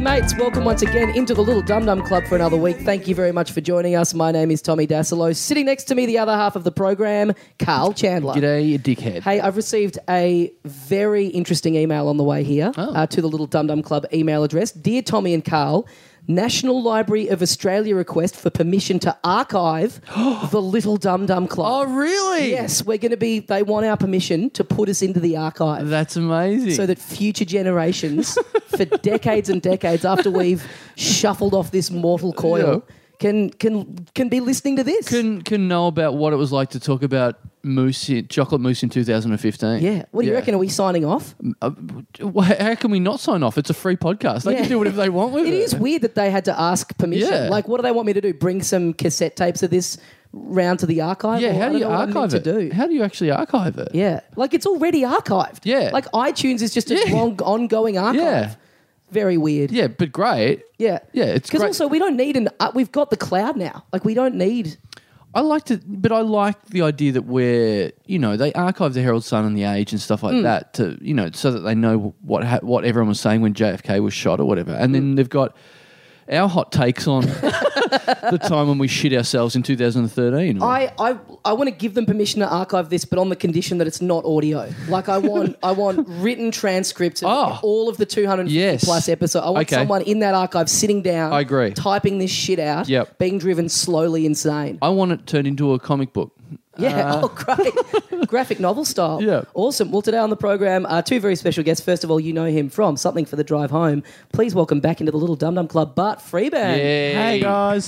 mates, welcome once again into the Little Dum Dum Club for another week. Thank you very much for joining us. My name is Tommy Dasilo. Sitting next to me, the other half of the program, Carl Chandler. G'day, you dickhead. Hey, I've received a very interesting email on the way here uh, to the Little Dum Dum Club email address. Dear Tommy and Carl, National Library of Australia request for permission to archive the Little Dum Dum Oh, Club. really? Yes, we're going to be, they want our permission to put us into the archive That's amazing. so that future generations, for decades and decades after we've shuffled off this mortal coil, can can can be listening to this. can can know about what it was like to talk about moose, in, chocolate mousse in 2015. yeah. What do you reckon? Are we signing off? Wha- Uh, How can we not sign off? It's a free podcast. They Yeah. can do whatever they want with it. It is weird that they had to ask permission. Yeah. Like, what do they want me to do? Bring some cassette tapes of this round to the archive? Yeah. Or I How do don't you know what I'm archive it? meant To do? How do you actually archive it? yeah. Like it's already archived. Yeah. Like iTunes is just a Yeah. long ongoing archive. Yeah. Very weird. Yeah, but great. Yeah. Yeah, it's because great. also we don't need an. Uh, we've got the cloud now. Like we don't need I liked it, but I like the idea that we're, you know, they archive the Herald Sun and the Age and stuff like that to, you know, so that they know what ha- what everyone was saying when JFK was shot or whatever, and then they've got our hot takes on the time when we shit ourselves in 2013. I, I, I want to give them permission to archive this, but on the condition that it's not audio. Like I want, I want written transcripts of Oh. all of the 250 Yes. plus episodes. I want Okay. someone in that archive sitting down. I agree. Typing this shit out. Yep. Uh, Being driven slowly insane. I want it turned into a comic book. Yeah. oh, great. Graphic novel style. Yeah. Awesome. Well, today on the program, uh, two very special guests. First of all, you know him from Something for the Drive Home. Please welcome back into the Little Dum Dum Club, Bart Freeman. Hey, Hey guys,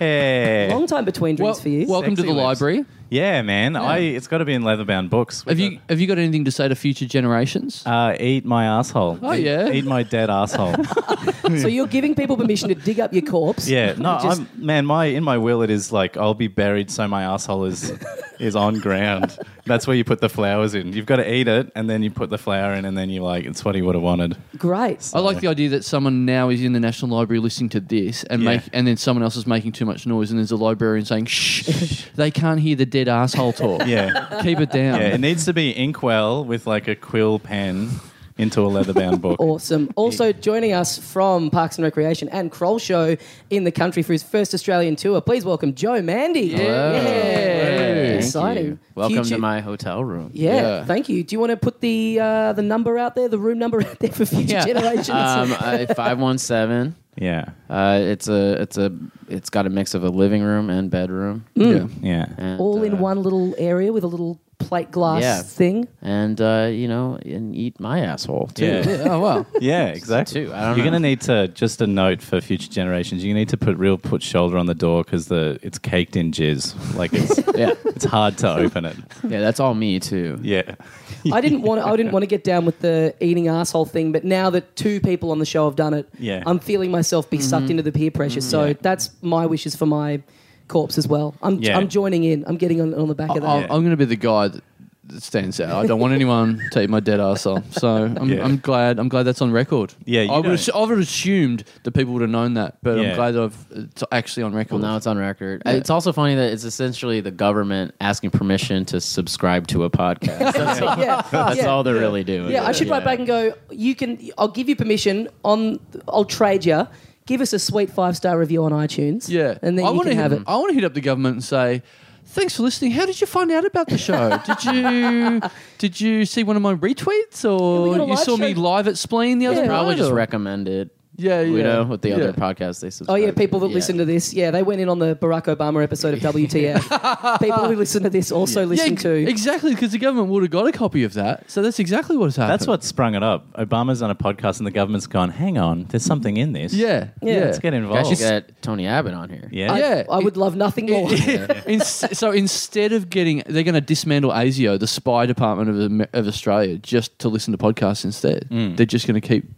yeah, Long time between drinks Well, for you. welcome to Sexy the lips. library. yeah, man. I it's got to be in leatherbound books. Have you have you got anything to say to future generations? Uh, eat my asshole. Oh, Eat- yeah. Eat my dead asshole. so you're giving people permission to dig up your corpse. yeah. No, Just- I'm, man. My in my will it is like I'll be buried, so my asshole is is on ground. That's where you put the flowers in. You've got to eat it, and then you put the flower in, and then you like it's what he would have wanted. Great. I like the idea that someone now is in the National Library listening to this, and Yeah. make, and then someone else is making too much noise, and there's a librarian saying, "Shh, they can't hear the dead asshole talk. Yeah. keep it down." Yeah, it needs to be inkwell with like a quill pen into a leatherbound book. Awesome. Also joining us from Parks and Recreation and Kroll Show in the country for his first Australian tour. Please welcome Joe Mandy. Yeah. Exciting. Welcome Future- to my hotel room. Yeah, Yeah. thank you. Do you want to put the uh, the number out there, the room number out there for future generations? Um, I, 517. Yeah, Uh, it's a it's a it's got a mix of a living room and bedroom. yeah. And, Mm. All uh, in one little area with a little plate glass Yeah. thing. And uh, you know, and eat my asshole too. Yeah. Yeah, Oh wow. Yeah, exactly. two. I don't You're know. going to need to just a note for future generations. You need to put real put shoulder on the door because the it's caked in jizz. Like it's Yeah. it's hard to open it. Yeah, that's all me too. Yeah, I didn't want to, I didn't want to get down with the eating asshole thing, but now that two people on the show have done it, Yeah. I'm feeling myself be sucked Mm-hmm. into the peer pressure. So that's my wishes for my corpse as well. I'm Yeah. I'm joining in. I'm getting on, on the back of I'll, that. I'm going to be the guy that, that stands out. I don't want anyone to eat my dead asshole. So I'm, Yeah. I'm glad. I'm glad that's on record. Yeah, you I would, don't- assu- I would have assumed that people would have known that, but I'm Yeah. glad that I've, it's actually on record. Well, now it's on record. It's also funny that it's essentially the government asking permission to subscribe to a podcast. That's, all, yeah, that's yeah. all they're really doing. Yeah, I should write Yeah. back and go. You can. I'll give you permission. On I'll trade you. Give us a sweet five star review on iTunes. Yeah, and then I you wanna can hit, have it. I want to hit up the government and say, "Thanks for listening. How did you find out about the show? did you did you see one of my retweets, Yeah, we or got a you live saw me show. live at Spleen the other Yeah. night? Probably just or- recommend it. Yeah, yeah. You know, with the Yeah. other podcasts they Oh subscribe. yeah, people that to. listen to this, yeah, they went in on the Barack Obama episode of WTF. people who listen to this also Yeah, listen to. exactly because the government would have got a copy of that. So that's exactly what has happened. that's what sprung it up. Obama's on a podcast and the government's gone. Hang on, there's something in this. Yeah, Yeah. yeah. let's get I involved. should get Tony Abbott on here. yeah, yeah. I would love nothing more. In- so instead of getting, they're going to dismantle ASIO, the spy department of, Am- of Australia, just to listen to podcasts instead. Mm. They're just going to keep.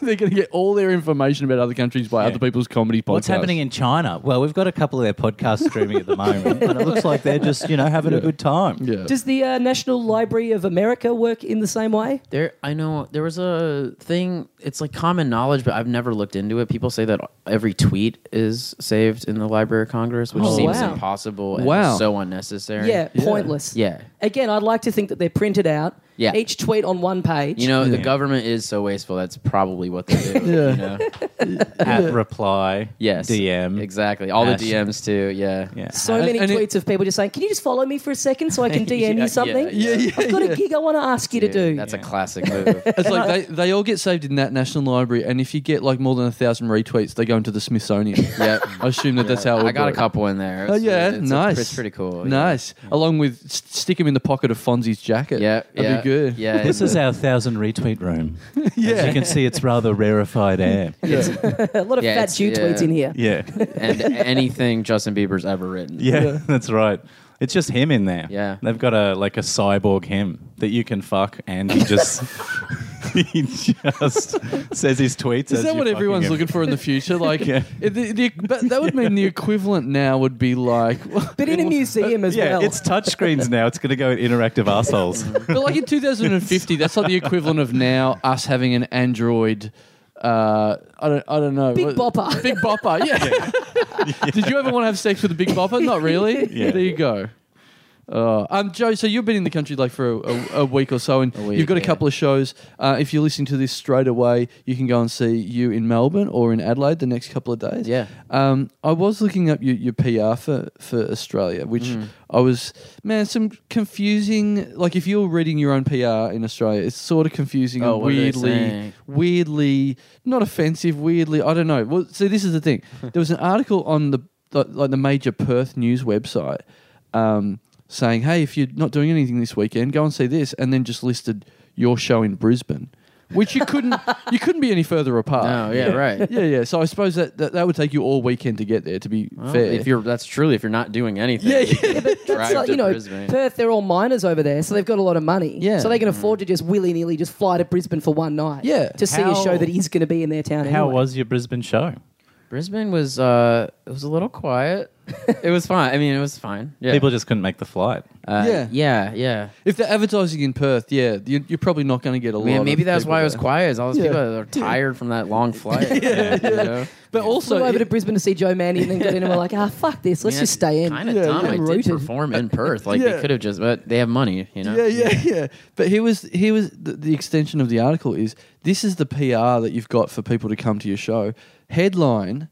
they're going to get all their information about other countries by other people's comedy podcasts. What's happening in China? Well, we've got a couple of their podcasts streaming at the moment, and it looks like they're just you know having a good time. Yeah. Does the uh, National Library of America work in the same way? There, I know there was a thing. It's like common knowledge, but I've never looked into it. People say that every tweet is saved in the Library of Congress, which Oh, seems wow. impossible and Wow. so unnecessary. Yeah, pointless. yeah. Again, I'd like to think that they're printed out. Yeah. Each tweet on one page. You know, the government is so wasteful. That's probably what they do. Yeah. You know? At reply. Yes. DM. Exactly. All Hash. the DMs too. Yeah. Yeah. so And- many and it- tweets of people just saying, "Can you just follow me for a second so I can DM Yeah, yeah, you something? yeah. yeah, I've got a gig I want to ask you Dude, to do." That's a classic move. It's like they, they all get saved in that National Library, and if you get like more than a thousand retweets, they go into the Smithsonian. Yep. I assume that that's how it I would got a work. couple in there. Oh It's- yeah, it's a- nice. it's pretty cool. yeah. Nice, along with s- stick him in the pocket of Fonzie's jacket. Yeah. that'd yeah, be good. Yeah. This and is our thousand retweet room. As yeah. you can see, it's rather rarefied air. a lot of Yeah, fat it's- Jew yeah. tweets in here. Yeah. and anything Justin Bieber's ever written. Yeah, that's right. It's just him in there. Yeah. They've got a like a cyborg him that you can fuck and he just he just says his tweets. Is that what everyone's looking for in the future? Like, Yeah. it- the, the, but that would mean the equivalent now would be like, But in a museum as yeah, well. it's touchscreens now. It's going to go in interactive assholes. but like in 2050, that's like the equivalent of now us having an Android. Uh, I don't, I don't know. Big What- bopper. Big Bopper. Yeah. Did you ever want to have sex with a Big Bopper? Not really. Yeah. There you go. Uh, um, Joe, so you've been in the country like for a, a, a week or so, and week, you've got a yeah. couple of shows. Uh, if you're listening to this straight away, you can go and see you in Melbourne or in Adelaide the next couple of days. Yeah. Um, I was looking up your, your PR for, for Australia, which Mm. I was, man, some confusing. Like, if you're reading your own PR in Australia, it's sort of confusing Oh, and what do they weirdly, say? weirdly, not offensive, weirdly, I don't know. Well, see, this is the thing. There was an article on the, the like the major Perth news website um, saying, hey, if you're not doing anything this weekend, go and see this, and then just listed your show in Brisbane. Which you couldn't, you couldn't be any further apart. No, yeah, right. Yeah, yeah. So I suppose that, that that would take you all weekend to get there. To be Well, fair, If you're that's truly if you're not doing anything. Oh, yeah, you yeah. can drive So, to you know, Brisbane. Perth, they're all miners over there, so they've got a lot of money. Yeah. So they can afford to just willy nilly just fly to Brisbane for one night. Yeah. To see a How- show that is going to be in their town. How anyway. was your Brisbane show? Brisbane was uh it was a little quiet. it was fine. I mean, it was fine. Yeah. People just couldn't make the flight. uh, Yeah. yeah. Yeah, yeah. if they're advertising in Perth, yeah, you, you're probably not going to get a lot. Man, of maybe that's people why it there. was quiet. Is all those Yeah. people that are tired from that long flight. yeah, But also, Flew over it- to Brisbane to see Joe Mandy and then got in and were like, ah, fuck this. Let's just stay in. Kind of Yeah, dumb. yeah. I did Rooted. perform in Perth. Like Yeah. they could have just, but they have money. You know. yeah, yeah, yeah. But he was he was the, the extension of the article is this is the PR that you've got for people to come to your show. Headline: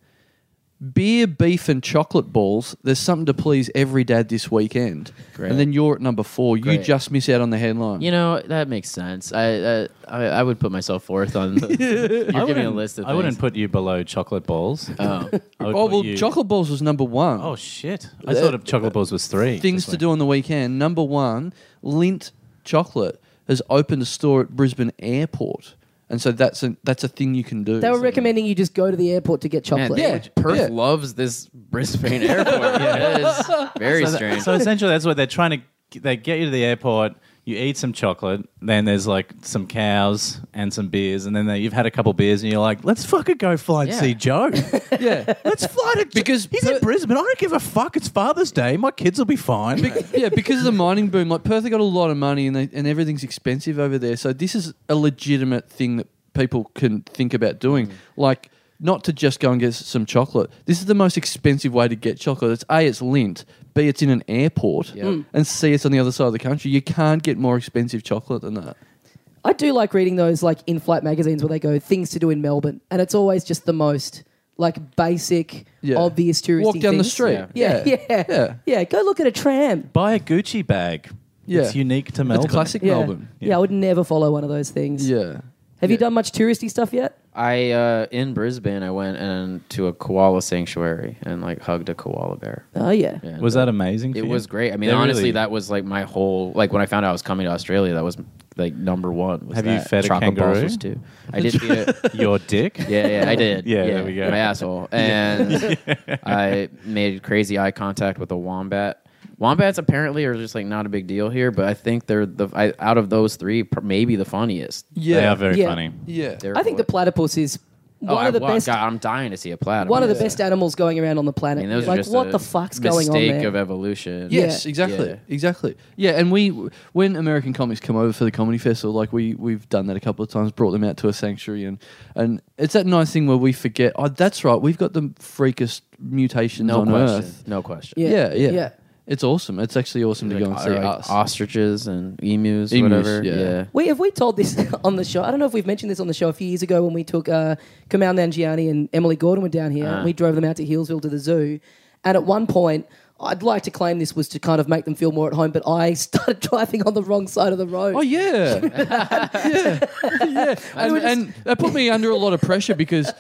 Beer, beef, and chocolate balls. There's something to please every dad this weekend. Great. And then you're at number four. You Great. just miss out on the headline. You know that makes sense. I uh, I, I would put myself forth on. The, you're giving me a list of. I wouldn't put you below chocolate balls. Oh. I would oh put well, you- chocolate balls was number one. Oh shit! I thought of chocolate balls was three. things to do on the weekend. Number one, Lint Chocolate has opened a store at Brisbane Airport, and so that's a that's a thing you can do. They were uh, recommending you just go to the airport to get Man, chocolate. they Yeah. would- Perth Yeah. loves this Brisbane airport. That is very strange. So essentially, that's what they're trying to. They get you to the airport. You eat some chocolate. Then there's like some cows and some beers, and then they, you've had a couple beers, and you're like, "Let's fucking go fly and Yeah. see Joe. yeah, Let's fly to Because he's in Perth- Brisbane. I don't give a fuck. It's Father's Day. My kids will be fine. yeah, because of the mining boom, like Perth, they got a lot of money, and they, and everything's expensive over there. So this is a legitimate thing that people can think about doing, Mm. like. Not to just go and get s- some chocolate. This is the most expensive way to get chocolate. It's A, it's lint. B, it's in an airport. Yep. Mm. And C, it's on the other side of the country. You can't get more expensive chocolate than that. I do like reading those like in-flight magazines where they go things to do in Melbourne, and it's always just the most like basic, Yeah. obvious touristy. Walk down the things. street. Yeah. Yeah. Yeah. Yeah. Go look at a tram. Buy a Gucci bag. Yeah. It's unique to Melbourne. It's classic Yeah. Melbourne. Yeah. I would never follow one of those things. Yeah. Have you done much touristy stuff yet? I uh, in Brisbane, I went and to a koala sanctuary and like hugged a koala bear. Oh yeah. Yeah. Was that amazing? It for you? was great. I mean, They're honestly, really- that was like my whole like when I found out I was coming to Australia. That was like number one. Was Have you that. fed a Chocolate balls kangaroo? was two. I did feed it. your dick. Yeah, yeah, I did. Yeah, there we go. My asshole, and I made crazy eye contact with a wombat. Wombats apparently are just like not a big deal here, but I think they're the I, out of those three, pr- maybe the funniest. Yeah. They are very Yeah. funny. yeah. They're- I think the platypus is Oh, one I- of the well, best. God, I'm dying to see a platypus. One of the best animals going around on the I planet. mean, those are like, just what a the fuck's going on mistake there? of evolution. Yes, Yeah. exactly, Yeah. exactly. Yeah, and we when American comics come over for the comedy festival, like we we've done that a couple of times, brought them out to a sanctuary, and and it's that nice thing where we forget. Oh, that's right, we've got the freakest mutations No on question. Earth. No question. Yeah, yeah. Yeah. It's awesome. It's actually awesome to Like, uh, go and see like us. ostriches and emus, Emus, whatever. yeah. Yeah. We have we told this on the show. I don't know if we've mentioned this on the show a few years ago when we took uh, Kamal Nanjiani and Emily Gordon were down here. and we drove them out to Hillsville to the zoo, and at one point. I'd like to claim this was to kind of make them feel more at home, but I started driving on the wrong side of the road. Oh yeah, yeah, yeah. And, and that put me under a lot of pressure because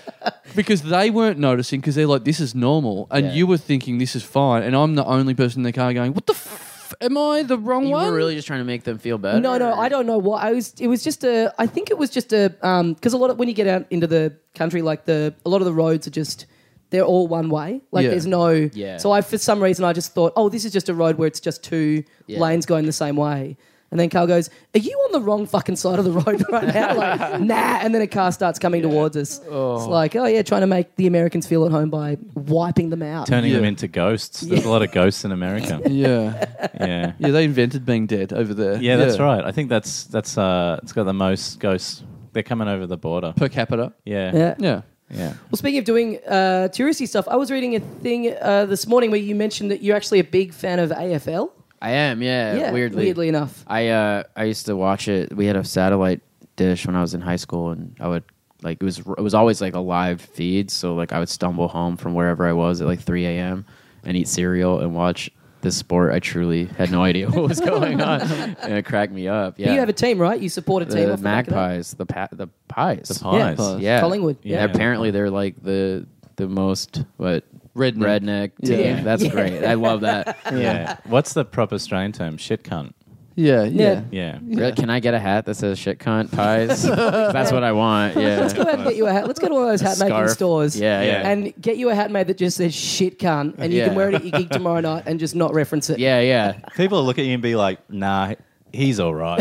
because they weren't noticing because they're like, this is normal, and Yeah. you were thinking this is fine, and I'm the only person in the car going, what the. F- Am I the wrong You one? were really just trying to make them feel better. No, no, I don't know what I was. It was just a. I think it was just a. Um, because a lot of when you get out into the country, like the a lot of the roads are just they're all one way. Like Yeah. there's no. Yeah. So I for some reason I just thought, oh, this is just a road where it's just two Yeah. lanes going the same way. And then Carl goes, "Are you on the wrong fucking side of the road right now?" Like, nah. And then a car starts coming towards us. It's like, oh yeah, trying to make the Americans feel at home by wiping them out. Turning them Yeah. into ghosts. There's a lot of ghosts in America. Yeah, yeah. yeah. They invented being dead over there. Yeah, that's right. I think that's that's uh, it's got the most ghosts. They're coming over the border. Per capita. Yeah, yeah. Yeah. yeah. Well, speaking of doing uh, touristy stuff, I was reading a thing uh, this morning where you mentioned that you're actually a big fan of AFL. I am, Uh, yeah. weirdly. weirdly enough. I uh, I used to watch it. We had a satellite dish when I was in high school, and I would like it was it was always like a live feed. So like I would stumble home from wherever I was at like 3 a.m. and eat cereal and watch this sport. I truly had no idea what was going on, and it cracked me up. Yeah, You have a team, right? You support a team. the off the back of that? Magpies, the pa- the Pies, The Yeah. pies. Pies. yeah, Collingwood. Yeah, Yeah. apparently they're like the the most what Redneck. redneck. Yeah. Yeah, Yeah. that's Yeah. great. I love that. Yeah. What's the proper Australian term? Shit cunt. Yeah. Yeah. Yeah. Really? Can I get a hat that says shit cunt pies? That's what I want. Let's go Yeah. out and get you a hat. Let's go to one of those hat making Scarf. stores. Yeah, yeah. And get you a hat made that just says shit cunt, and you Yeah. can wear it at your gig tomorrow night and just not reference it. Yeah, yeah. People look at you and be like, "Nah, he's all right.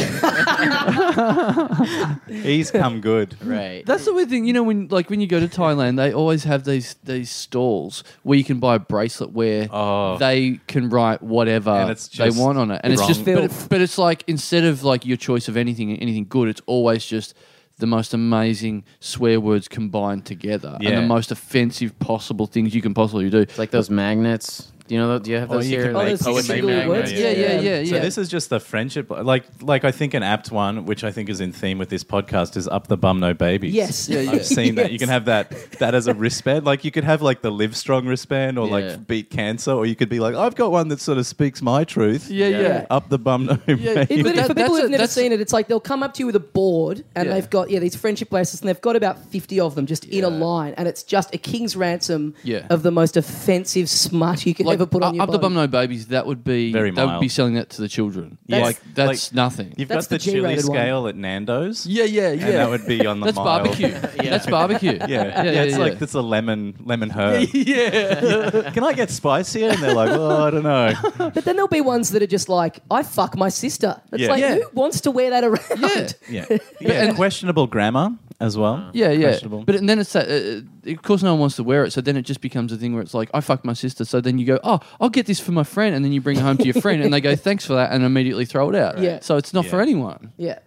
he's come good." Right. That's the weird thing, you know, when like when you go to Thailand, they always have these these stalls where you can buy a bracelet where Oh. they can write whatever And it's they just want on it, and it's wrong. just but, it, Filth. but it's like instead of like your choice of anything anything good, it's always just the most amazing swear words combined together and Yeah. the most offensive possible things you can possibly do. It's like those magnets. Do you know? tho- Do you have Oh, those you here? can Oh, make those poetry single magnet, words. yeah, yeah, yeah, yeah. So this is just the friendship, like like I think an apt one, which I think is in theme with this podcast, is up the bum no babies. Yes. Yeah, yeah. I've seen that. You can Yes. have that that as a wristband. Like you could have like the live strong wristband, or Yeah. like beat cancer, or you could be like, I've got one that sort of speaks my truth. Yeah, yeah. Yeah. Up the bum no babies. It, but for But that- people that's who've a- never that's- seen it, it's like they'll come up to you with a board and Yeah. they've got yeah these friendship bracelets and they've got about fifty of them just in a line, and it's just a king's ransom Yeah. of the most offensive smut you could Like ever put on uh, your up the body. bum no babies, that would be Very that would be mild. selling that to the children. Yes. Like that's Like, nothing. You've That's got the, the chili G-rated one. scale at Nando's. yeah, yeah, yeah. And that would be on the that's mild. barbecue. That's barbecue. Yeah. yeah, it's like it's a lemon lemon herb. Can I get spicier? And they're like, oh, I don't know. But then there'll be ones that are just like, I fuck my sister. It's Yeah. like, Yeah. who wants to wear that around? Yeah. Yeah, yeah. questionable grammar as well. Yeah, yeah. Questionable. But and then it's that, uh, uh, of course, no one wants to wear it. So then it just becomes a thing where it's like, I fucked my sister. So then you go, oh, I'll get this for my friend. And then you bring it home to your friend and they go, thanks for that. And immediately throw it out. Yeah. So it's not for Yeah. anyone. Yeah.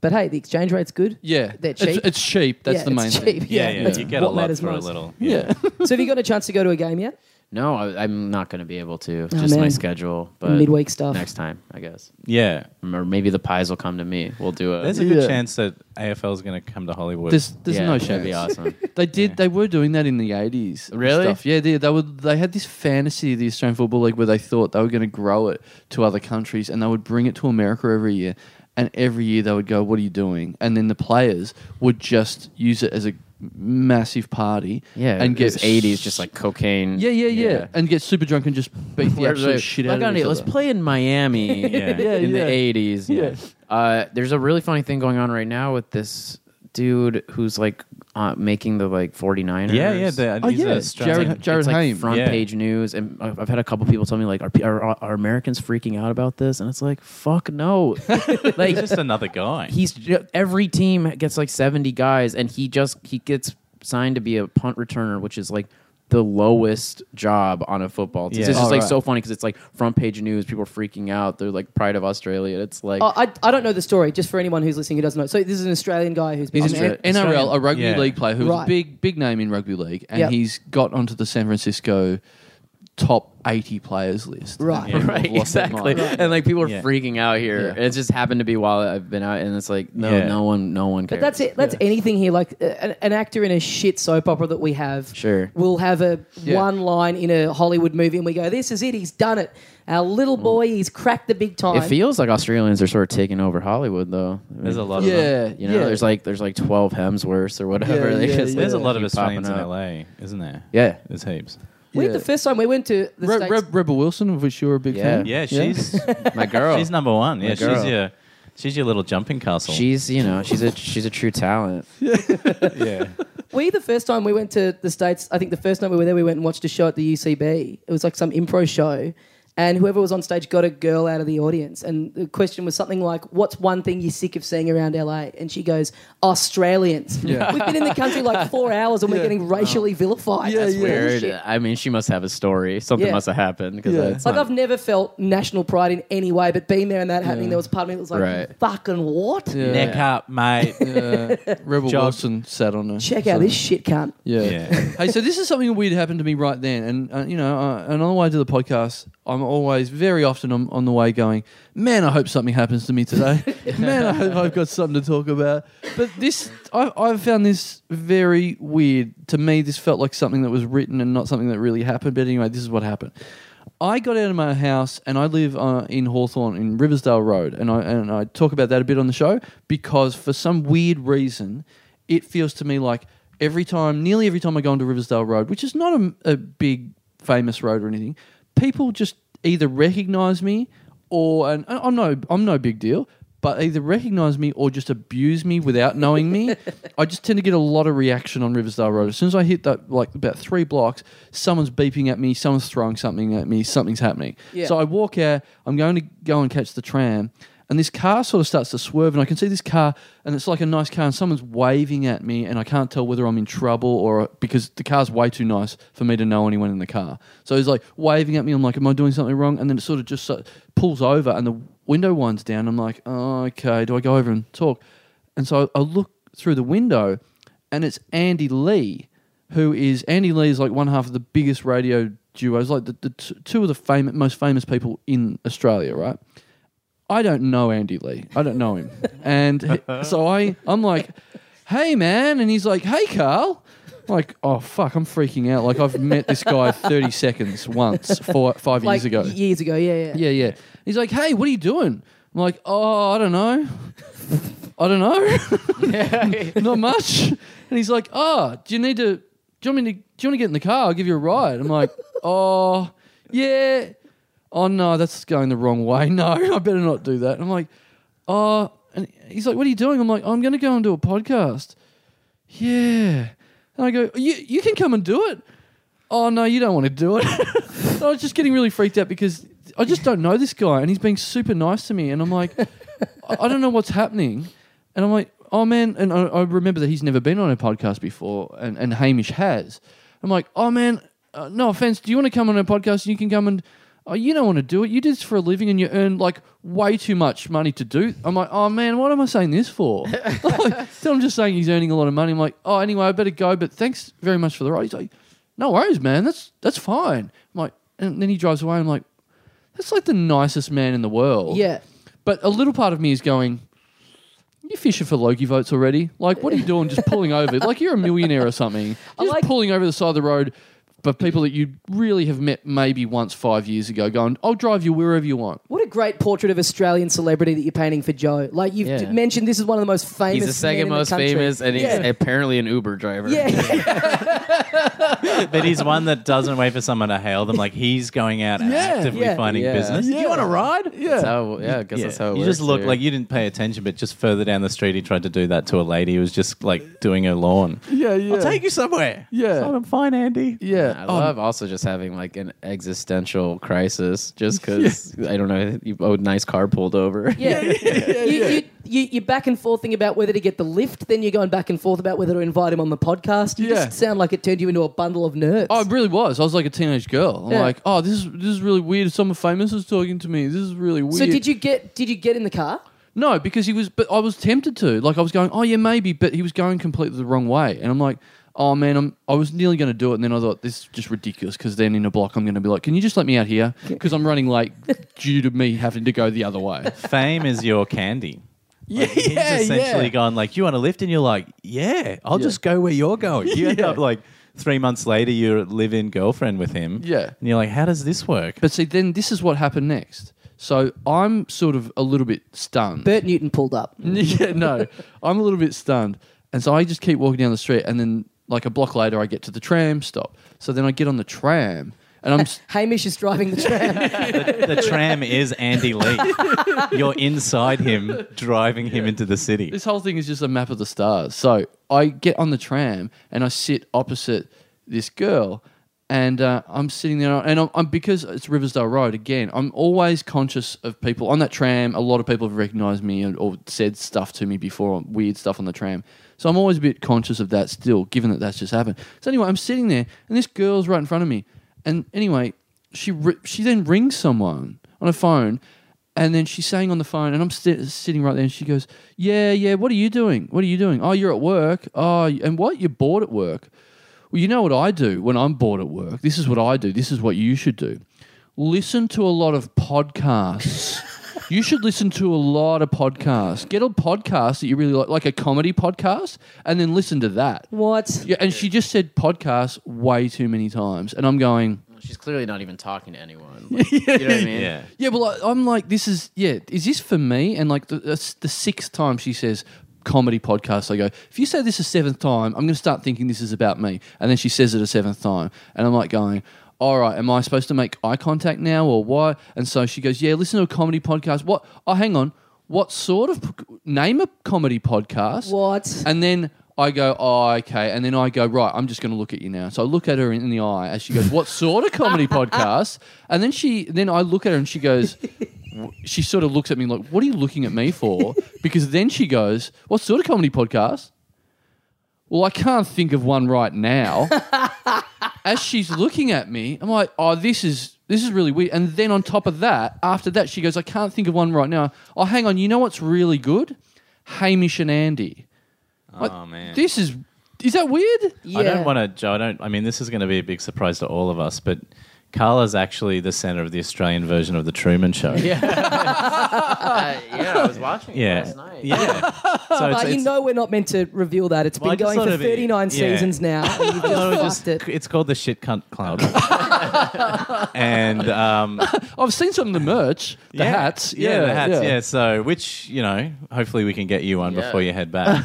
But hey, the exchange rate's good. Yeah. They're It's- cheap. It's, cheap. That's Yeah, the main it's thing. cheap. yeah, yeah, That's you get a what lot matters for a most. little. Yeah. so have you got a chance to go to a game yet? No, I, I'm not going to be able to. Oh, just my man. schedule. But Midweek stuff. Next time, I guess. yeah. Or maybe the pies will come to me. We'll do it. There's a good Yeah. chance that AFL is going to come to Hollywood. There's, there's yeah, no That'd shame. be awesome. They did. They were doing that in the eighties. Really? Stuff. Yeah. They, they would. They had this fantasy of the Australian Football League where they thought they were going to grow it to other countries, and they would bring it to America every year. And every year they would go, "What are you doing?" And then the players would just use it as a massive party. Yeah, And and get gets '80s, just like cocaine. Yeah, yeah, yeah, And get super drunk and just beat the Where absolute they- shit Like, out of honey, each Let's other. play in Miami Yeah. in Yeah, yeah. the eighties. Yeah. Uh, there's a really funny thing going on right now with this dude who's like uh, making the like 49ers. yeah, yeah. The, Oh, he's yeah. a Australian- Jared- Jared it's like Haim. front Yeah. page news, and I've I've had a couple people tell me like, are, pe- are are Americans freaking out about this? And it's like, fuck no. like He's just another guy. he's ju- every team gets like 70 guys and he just he gets signed to be a punt returner which is like the lowest job on a football team Yeah. So it's just Oh, like right. so funny because it's like front page news people are freaking out they're like pride of australia it's like Oh, I, I don't know the story, just for anyone who's listening who doesn't know. So this is an Australian guy who's been He's an Australia- N- NRL, a Australian. rugby Yeah. league player who was a Right. big, big name in rugby league, and Yep. he's got onto the San Francisco top 80 players list. Right. People have right, lost their exactly. mind. And like people are Yeah. freaking out here. Yeah. It just happened to be while I've been out, and it's like no, Yeah. no one, no one cares. But that's it. That's anything here. Like uh, an, an actor in a shit soap opera that we have, Sure. will have a Yeah. one line in a Hollywood movie, and we go, "This is it. He's done it. Our little boy, he's cracked the big time." It feels like Australians are sort of taking over Hollywood, though. I mean, There's a lot of them. Yeah. You know, yeah. there's like there's like twelve Hemsworths or whatever. Yeah, They yeah, just, yeah. There's a like, lot of keep popping Australians in up. LA, isn't there? Yeah, There's heaps. we yeah. the first time we went to the Re- states. Re- Rebel Wilson, of which you're a big Yeah. fan. Yeah, she's my girl. she's number one. Yeah, My girl. she's your she's your little jumping castle. She's you know she's a she's a true talent. yeah. we the first time we went to the states. I think the first night we were there, we went and watched a show at the UCB. It was like some improv show. And whoever was on stage got a girl out of the audience. And the question was something like, What's one thing you're sick of seeing around LA? And she goes, Australians. Yeah. We've been in the country like four hours and we're Yeah. getting racially vilified. Yeah, That's yeah. weird. Weird. I mean, she must have a story. Something Yeah. must have happened because Yeah. it's Like not- I've never felt national pride in any way, but being there and that happening, Yeah. there was part of me that was like, Right. fucking what? Yeah. Neck up, mate. Uh, Rebel Jog. Wilson sat on her. Check out this shit cunt. Yeah. Yeah. hey, so this is something weird happened to me right then, and uh, you know, uh, and on the way to the podcast, I'm always very often on, on the way going, man, I hope something happens to me today. man, I hope I've got something to talk about. But this, I, I found this very weird. To me, this felt like something that was written and not something that really happened. But anyway, this is what happened. I got out of my house and I live uh, in Hawthorne in Riversdale Road, and I and I talk about that a bit on the show because for some weird reason, it feels to me like every time, nearly every time I go onto Riversdale Road, which is not a, a big famous road or anything, people just either recognize me or and I- I'm no I'm no big deal, but either recognize me or just abuse me without knowing me. I just tend to get a lot of reaction on Riversdale Road. As soon as I hit that, like about three blocks, someone's beeping at me, someone's throwing something at me, something's happening. Yeah. So I walk out, I'm going to go and catch the tram, and this car sort of starts to swerve, and I can see this car, and it's like a nice car, and someone's waving at me, and I can't tell whether I'm in trouble or because the car's way too nice for me to know anyone in the car. So he's like waving at me, I'm like, am I doing something wrong? And then it sort of just so, pulls over, and the window winds down. I'm like, oh, okay, do I go over and talk? And so I look through the window, and it's Andy Lee, who is Andy Lee is like one half of the biggest radio duos, like the, the t- two of the fam- most famous people in Australia, right? I don't know Andy Lee. I don't know him, and he- so I I'm like, hey man, and he's like, hey Carl. I'm Like oh fuck, I'm freaking out. Like I've met this guy 30 seconds once four, five Like years ago. Years ago, yeah, yeah. Yeah, yeah. He's like, hey, what are you doing? I'm like, oh, I don't know. I don't know. Not much. And he's like, oh, do you need to, do you want me to, do you want to get in the car? I'll give you a ride. I'm like, oh, yeah. Oh, no, that's going the wrong way. No, I better not do that. I'm like, oh, and he's like, what are you doing? I'm like, I'm going to go and do a podcast. Yeah. And I go, you, you can come and do it. Oh, no, you don't want to do it. And I was just getting really freaked out because I just don't know this guy and he's being super nice to me. And I'm like, I I don't know what's happening. And I'm like, oh, man. And I, I remember that he's never been on a podcast before and, and Hamish has. I'm like, oh, man, uh, no offense. Do you want to come on a podcast? You can come and. Oh, you don't want to do it. You do this for a living, and you earn like way too much money to do. I'm like, oh man, what am I saying this for? like, so I'm just saying he's earning a lot of money. I'm like, oh, anyway, I better go. But thanks very much for the ride. He's like, no worries, man. That's that's fine. I'm like, and then he drives away. I'm like, that's like the nicest man in the world. Yeah. But a little part of me is going, you're fishing for Loki votes already. Like, what are you doing? Just pulling over. Like, you're a millionaire or something. I Just like- pulling over the side of the road for people that you really have met maybe once five years ago, going, I'll drive you wherever you want. What a great portrait of Australian celebrity that you're painting for Joe. Like you've Yeah. d- mentioned, this is one of the most famous. he's the men second in most country. famous, and he's yeah. apparently an Uber driver. yeah. But he's one that doesn't wait for someone to hail them. Like he's going out and Yeah, actively yeah, finding yeah. business. Yeah. You want to ride? That's how, yeah, I guess Yeah. that's how it you works just look here. like you didn't pay attention, but just further down the street, he tried to do that to a lady who was just like doing her lawn. Yeah, yeah. I'll take you somewhere. Yeah. "Oh, I'm fine, Andy. Yeah. I Oh, love also just having like an existential crisis just because I don't know you owe a nice car pulled over. Yeah. you, You, you, you're back and forthing about whether to get the lift, then you're going back and forth about whether to invite him on the podcast. You Yeah. just sound like it turned you into a bundle of nerds. Oh, it really was. I was like a teenage girl. I'm Yeah. like, oh, this is this is really weird. Someone famous is talking to me. This is really weird. so did you get did you get in the car? No, because he was, but I was tempted to. Like, I was going, oh, yeah, maybe, but he was going completely the wrong way. And I'm like, oh man, I'm, I was nearly going to do it, and then I thought this is just ridiculous because then in a block I'm going to be like, can you just let me out here because I'm running late due to me having to go the other way. Fame is your candy. yeah, He's essentially gone like, "You want to lift?" And you're like, "Yeah, I'll Yeah. just go where you're going." You end Yeah. up like three months later, you're a live-in girlfriend with him. Yeah. and you're like, "How does this work?" But see, then this is what happened next. So I'm sort of a little bit stunned. Bert Newton pulled up. yeah, no, I'm a little bit stunned, and so I just keep walking down the street, and then like a block later, I get to the tram stop. So then I get on the tram, and I'm s- Hamish is driving the tram. the tram is Andy Lee. you're inside him, driving him into the city. this whole thing is just a map of the stars. So I get on the tram and I sit opposite this girl, and uh, I'm sitting there, and I'm, I'm because it's Riversdale Road again. I'm always conscious of people on that tram. A lot of people have recognised me and, or said stuff to me before, weird stuff on the tram. So I'm always a bit conscious of that still, given that that's just happened. So anyway, I'm sitting there, and this girl's right in front of me, and anyway, she ri she then rings someone on a phone. And then she's saying on the phone, and I'm sti- sitting right there, and she goes, "Yeah, yeah. What are you doing? What are you doing? Oh, you're at work. Oh, and what? You're bored at work. Well, you know what I do when I'm bored at work. This is what I do. This is what you should do. Listen to a lot of podcasts. you should listen to a lot of podcasts. Get a podcast that you really like, like a comedy podcast, and then listen to that. what? Yeah, and she just said podcasts way too many times, and I'm going. She's clearly not even talking to anyone. Like, you know what I mean? Yeah. Yeah, well, I, I'm like, this is yeah, is this for me? And like the, that's the sixth time she says comedy podcast, I go, if you say this a seventh time, I'm going to start thinking this is about me. And then she says it a seventh time, and I'm like going. All right, am I supposed to make eye contact now or what? And so she goes, "Yeah, listen to a comedy podcast." What? Oh, hang on. What sort of name a comedy podcast? What? And then I go, oh, okay. And then I go, right, I'm just going to look at you now. So I look at her in the eye as she goes, what sort of comedy podcast? And then she, then I look at her and she goes, w- she sort of looks at me like, what are you looking at me for? Because then she goes, what sort of comedy podcast? Well, I can't think of one right now. As she's looking at me, I'm like, oh, this is this is really weird. And then on top of that, after that, she goes, I can't think of one right now. Oh, hang on, you know what's really good? Hamish and Andy. Like, Oh, man. this is is that weird? Yeah. I don't want to. I don't. I mean, this is going to be a big surprise to all of us, but Carla's actually the center of the Australian version of the Truman Show. Yeah, Uh, yeah, I was watching it yeah, last night. yeah. So Uh, it's, you it's- know we're not meant to reveal that. It's Well, I been just going thought for it'd be- 39 yeah. seasons now. And you just No, it was fucked it. just- It's called the shit cunt cloud. and um, I've seen some of the merch, the yeah. hats. Yeah, the hats. Yeah. so which you know, hopefully we can get you one Yeah. before you head back.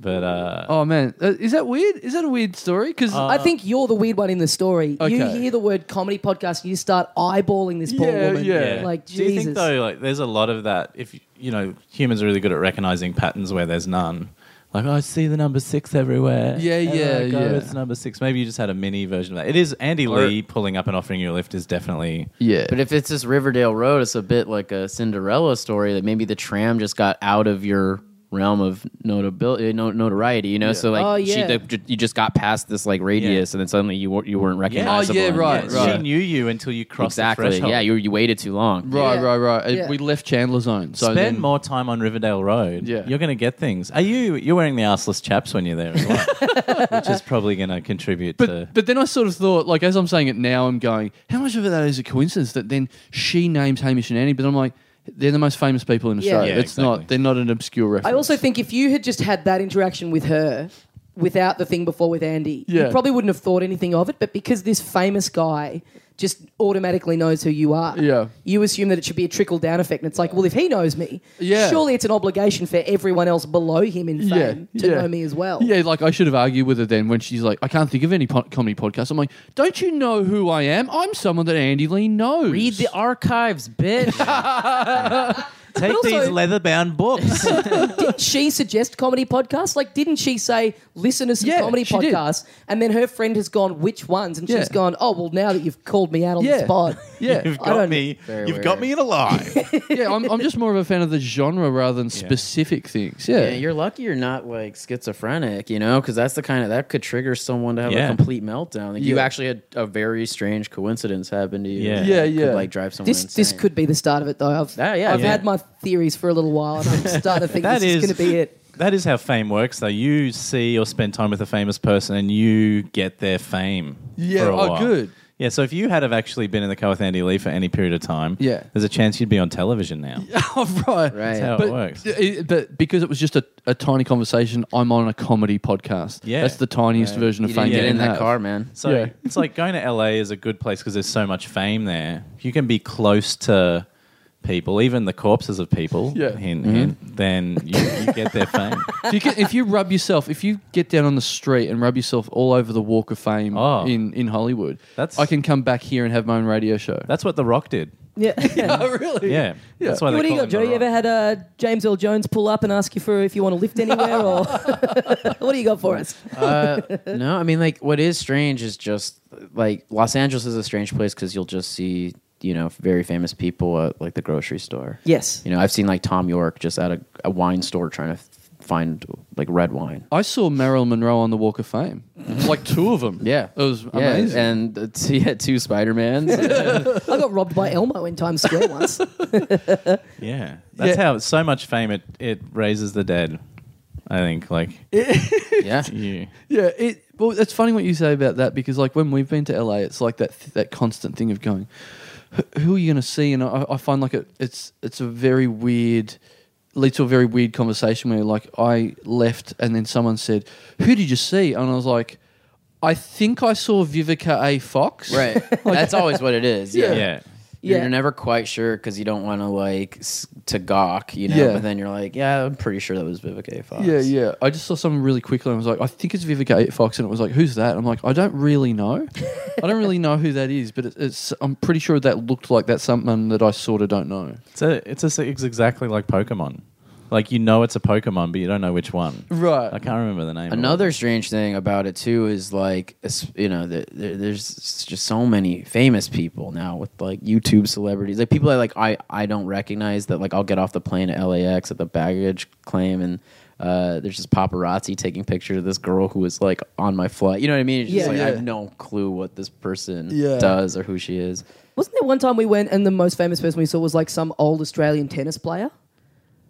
but uh, Oh man, Uh, is that weird? Is that a weird story? Because I think you're the weird one in the story. You Okay. hear the word comedy podcast, you start eyeballing this poor Yeah, woman. yeah. Like, do you think Jesus. though? Like, there's a lot of that. If you know, humans are really good at recognizing patterns where there's none. Like, "Oh, I see the number six everywhere. Yeah, Everywhere I yeah, go, yeah. It's number six. Maybe you just had a mini version of that. It is Andy Or- Lee pulling up and offering you a lift is definitely. yeah, But if it's this Riverdale Road, it's a bit like a Cinderella story that maybe the tram just got out of your realm of notability, no, notoriety, you know? So like Oh, she, yeah. the, ju- you just got past this like radius and then suddenly you, were, you weren't recognizable. yeah, and- right, Yeah, She knew you until you crossed the Exactly. threshold. Yeah, you, you waited too long. right, Yeah. right, right. Uh, Yeah. We left Chandler Zone. So Spend then- more time on Riverdale Road. Yeah. You're going to get things. Are you? You're wearing the arseless chaps when you're there as well, which is probably going to contribute to. But, but then I sort of thought, like, as I'm saying it now, I'm going, how much of that is a coincidence that then she names Hamish and Annie? But I'm like, they're the most famous people in Australia. Yeah, it's exactly. not, they're not an obscure reference. I also think if you had just had that interaction with her without the thing before with Andy, you Yeah. probably wouldn't have thought anything of it. But because this famous guy just automatically knows who you are, Yeah. you assume that it should be a trickle down effect. And it's like, well, if he knows me, Yeah. surely it's an obligation for everyone else below him in Yeah, fame to yeah. know me as well. Yeah, like I should have argued with her then when she's like, I can't think of any po- comedy podcast. I'm like, don't you know who I am? I'm someone that Andy Lee knows. Read the archives, bitch. Take also- these leather bound books. Didn't she suggest comedy podcasts? Like, didn't she say, listen to some Yeah, comedy she did. podcasts? And then her friend has gone, which ones? And Yeah. she's gone, oh, well, now that you've called me out on Yeah. the spot. yeah, You've I don't- got me. Very You've got weird. me in a lie. yeah. I'm, I'm just more of a fan of the genre rather than specific things. Yeah, yeah, you're lucky you're not like schizophrenic, you know, because that's the kind of that could trigger someone to have Yeah. a complete meltdown. Like, You Yeah. actually had a very strange coincidence happen to you. Yeah. that Yeah, could, yeah. like drive someone. This this insane. could be the start of it though. I've Ah, yeah, I've yeah. had my theories for a little while, and I'm starting to think That this is, is- going to be it. that is how fame works, though. You see or spend time with a famous person, and you get their fame. Yeah, for a oh, while. good. Yeah, so if you had have actually been in the car with Andy Lee for any period of time, Yeah. there's a chance you'd be on television now. oh, right. Right. That's how it but, works. it- but because it was just a, a tiny conversation, I'm on a comedy podcast. Yeah. That's the tiniest version You of didn't fame. get you in can that have. car, man. So Yeah. it's like going to LA is a good place because there's so much fame there. If you can be close to people, even the corpses of people, Yeah. hint, Mm-hmm. hint, then you, you get their fame. If you, get, if you rub yourself, if you get down on the street and rub yourself all over the Walk of Fame Oh. in, in Hollywood, That's- I can come back here and have my own radio show. That's what The Rock did. Yeah. oh, really? Yeah. Yeah. That's why they what do you got, call him Joe? The You ever Rock. had uh, James L. Jones pull up and ask you for if you want to lift anywhere, or what do you got for us? Uh, no, I mean, like, what is strange is just like Los Angeles is a strange place because you'll just see, you know, very famous people at like the grocery store. Yes. You know, I've seen like Tom York just at a, a wine store trying to f- find like red wine. I saw Marilyn Monroe on the Walk of Fame. like two of them. Yeah. It was Yeah, amazing. and uh, t- yeah, two Spider Mans. I got robbed by Elmo in Times Square once. Yeah. Yeah. That's how so much fame it, it raises the dead. I think like yeah, you. Yeah, it well, it's funny what you say about that because like when we've been to LA, it's like that that constant thing of going, "Wh- who are you going to see? And I, I find like it, it's it's a very weird leads to a very weird conversation where like I left and then someone said, who did you see? And I was like, I think I saw Vivica A. Fox. right. That's always what it is. Yeah. Yeah. Yeah. Yeah. You're never quite sure because you don't want to like s- to gawk, you know. Yeah. But then you're like, yeah, I'm pretty sure that was Vivica A. Fox. Yeah, yeah. I just saw something really quickly and I was like, I think it's Vivica A. Fox. And it was like, who's that? I'm like, I don't really know. I don't really know who that is, but it, it's, I'm pretty sure that looked like that's someone that I sort of don't know. It's a, it's a, it's exactly like Pokemon. Like you know it's a Pokemon, but you don't know which one. Right. I can't remember the name. of it. Another strange thing about it too is like es- you know the, the, there's just so many famous people now with like YouTube celebrities like people that like I I don't recognize that like I'll get off the plane at LAX at the baggage claim and uh, there's just paparazzi taking pictures of this girl who was like on my flight you know what I mean it's just Yeah. like I Yeah. have no clue what this person Yeah. does or who she is Wasn't there one time we went and the most famous person we saw was like some old Australian tennis player?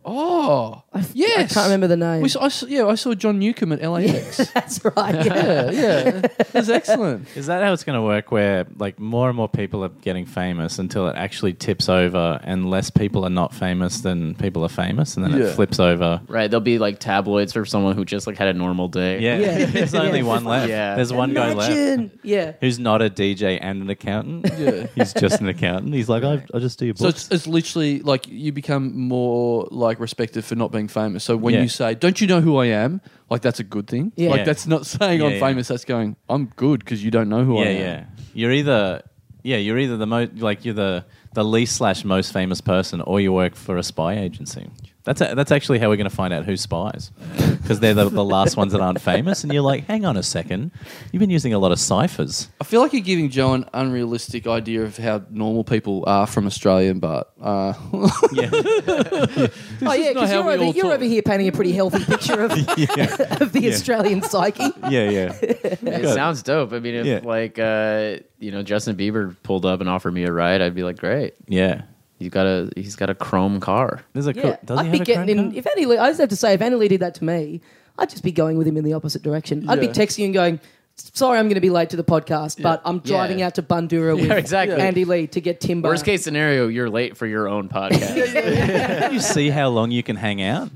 Oh, yes. I can't remember the name. We saw, I saw, yeah, I saw John Newcomb at LAX. That's right. Yeah. yeah, yeah. That's excellent. Is that how it's going to work? Where like more and more people are getting famous until it actually tips over, and less people are not famous than people are famous, and then Yeah. it flips over. right there'll be like tabloids for someone who just like had a normal day Yeah, Yeah. there's only Yeah. one left. Yeah. There's one guy left Imagine. Yeah. who's not a DJ and an accountant. Yeah. he's just an accountant. He's like, I, I just do your So books. it's, it's literally like you become more like respected for not being famous. So when Yeah. you say, "Don't you know who I am?" like that's a good thing. Yeah. Like Yeah. that's not saying Yeah, I'm yeah. famous. That's going, "I'm good" because you don't know who I yeah, am. yeah. You're either yeah, you're either the most like you're the the least slash most famous person, or you work for a spy agency. That's a, that's actually how we're going to find out who's spies, because they're the, the last ones that aren't famous. And you're like, hang on a second, you've been using a lot of ciphers. I feel like you're giving Joe an unrealistic idea of how normal people are from Australia, but uh, Yeah, oh, yeah, not because how you're, we over, all you're thought. over here painting a pretty healthy picture of, of the Australian psyche. yeah, yeah. It Good. sounds dope. I mean, if Yeah. like uh, you know Justin Bieber pulled up and offered me a ride, I'd be like, great. Yeah. He's got a he's got a chrome car. There's a Yeah. cool. Does I'd he have be a getting chrome in. car? If Andy Lee, I just have to say, if Andy Lee did that to me, I'd just be going with him in the opposite direction. I'd be Yeah. texting and going, Sorry, I'm going to be late to the podcast, but I'm Yeah. driving out to Bundura with exactly. Andy Lee to get Timbo. Worst case scenario, you're late for your own podcast. Can you see how long you can hang out?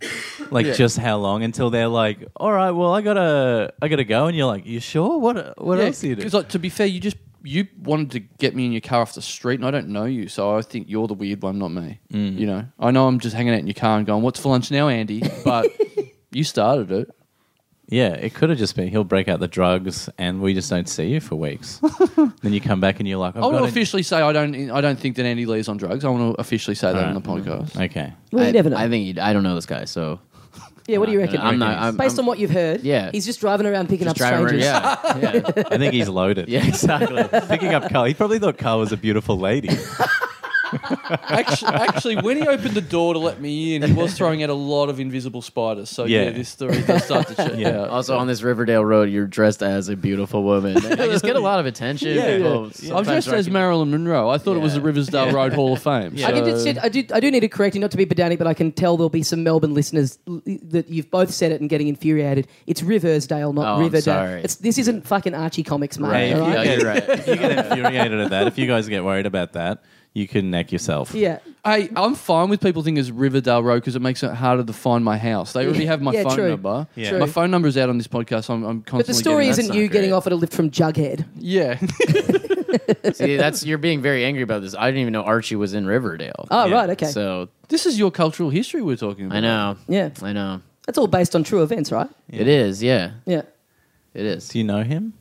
Like Yeah. just how long until they're like, all right, well, I gotta, I gotta go, and you're like, you sure? What, what else do you do? Because like, to be fair, you just you wanted to get me in your car off the street, and I don't know you, so I think you're the weird one, not me. Mm. You know, I know I'm just hanging out in your car and going, "What's for lunch now, Andy?" But you started it. Yeah, it could have just been he'll break out the drugs and we just don't see you for weeks. then you come back and you're like, I've I want got to a- officially say I don't. I don't think that Andy Lee's on drugs. I want to officially say that on the Alright. podcast. Okay. Well, you I, never know. I think you'd, I don't know this guy, so yeah, what do you reckon? I'm not. I'm, Based I'm on what you've heard, Yeah. he's just driving around picking just up driving. strangers. around- Yeah, yeah, I think he's loaded. yeah, exactly. Picking up Carl. He probably thought Carl was a beautiful lady. Actually, actually, when he opened the door to let me in, he was throwing out a lot of invisible spiders. So yeah, Yeah. this story does start to check Yeah. out. Also on this Riverdale road, you're dressed as a beautiful woman. And you just get a lot of attention. Yeah, People I'm sometimes dressed as recognize- Marilyn Monroe. I thought it was the Yeah. Riversdale Road Hall of Fame. I, so- can just, I, do, I do need to correct you, not to be pedantic, but I can tell there'll be some Melbourne listeners l- that you've both said it and getting infuriated. It's Riversdale, Oh, not I'm Riverdale. sorry. It's, this isn't fucking Archie Comics, mate. Right. all right? Yeah, Alright. you're right. you get infuriated at that. If you guys get worried about that, you can neck yourself. Yeah. Hey, I'm fine with people thinking it's Riverdale Road because it makes it harder to find my house. They already have my Yeah, phone true. number. Yeah. My True. phone number is out on this podcast. So I'm, I'm constantly. But the story getting that isn't stuff. you getting great. off at a lift from Jughead. Yeah, See, that's you're being very angry about this. I didn't even know Archie was in Riverdale. Oh, Yeah. right, okay. So this is your cultural history we're talking about. I know. Yeah. I know. That's all based on true events, right? It is. Yeah, Yeah. it is. Do you know him?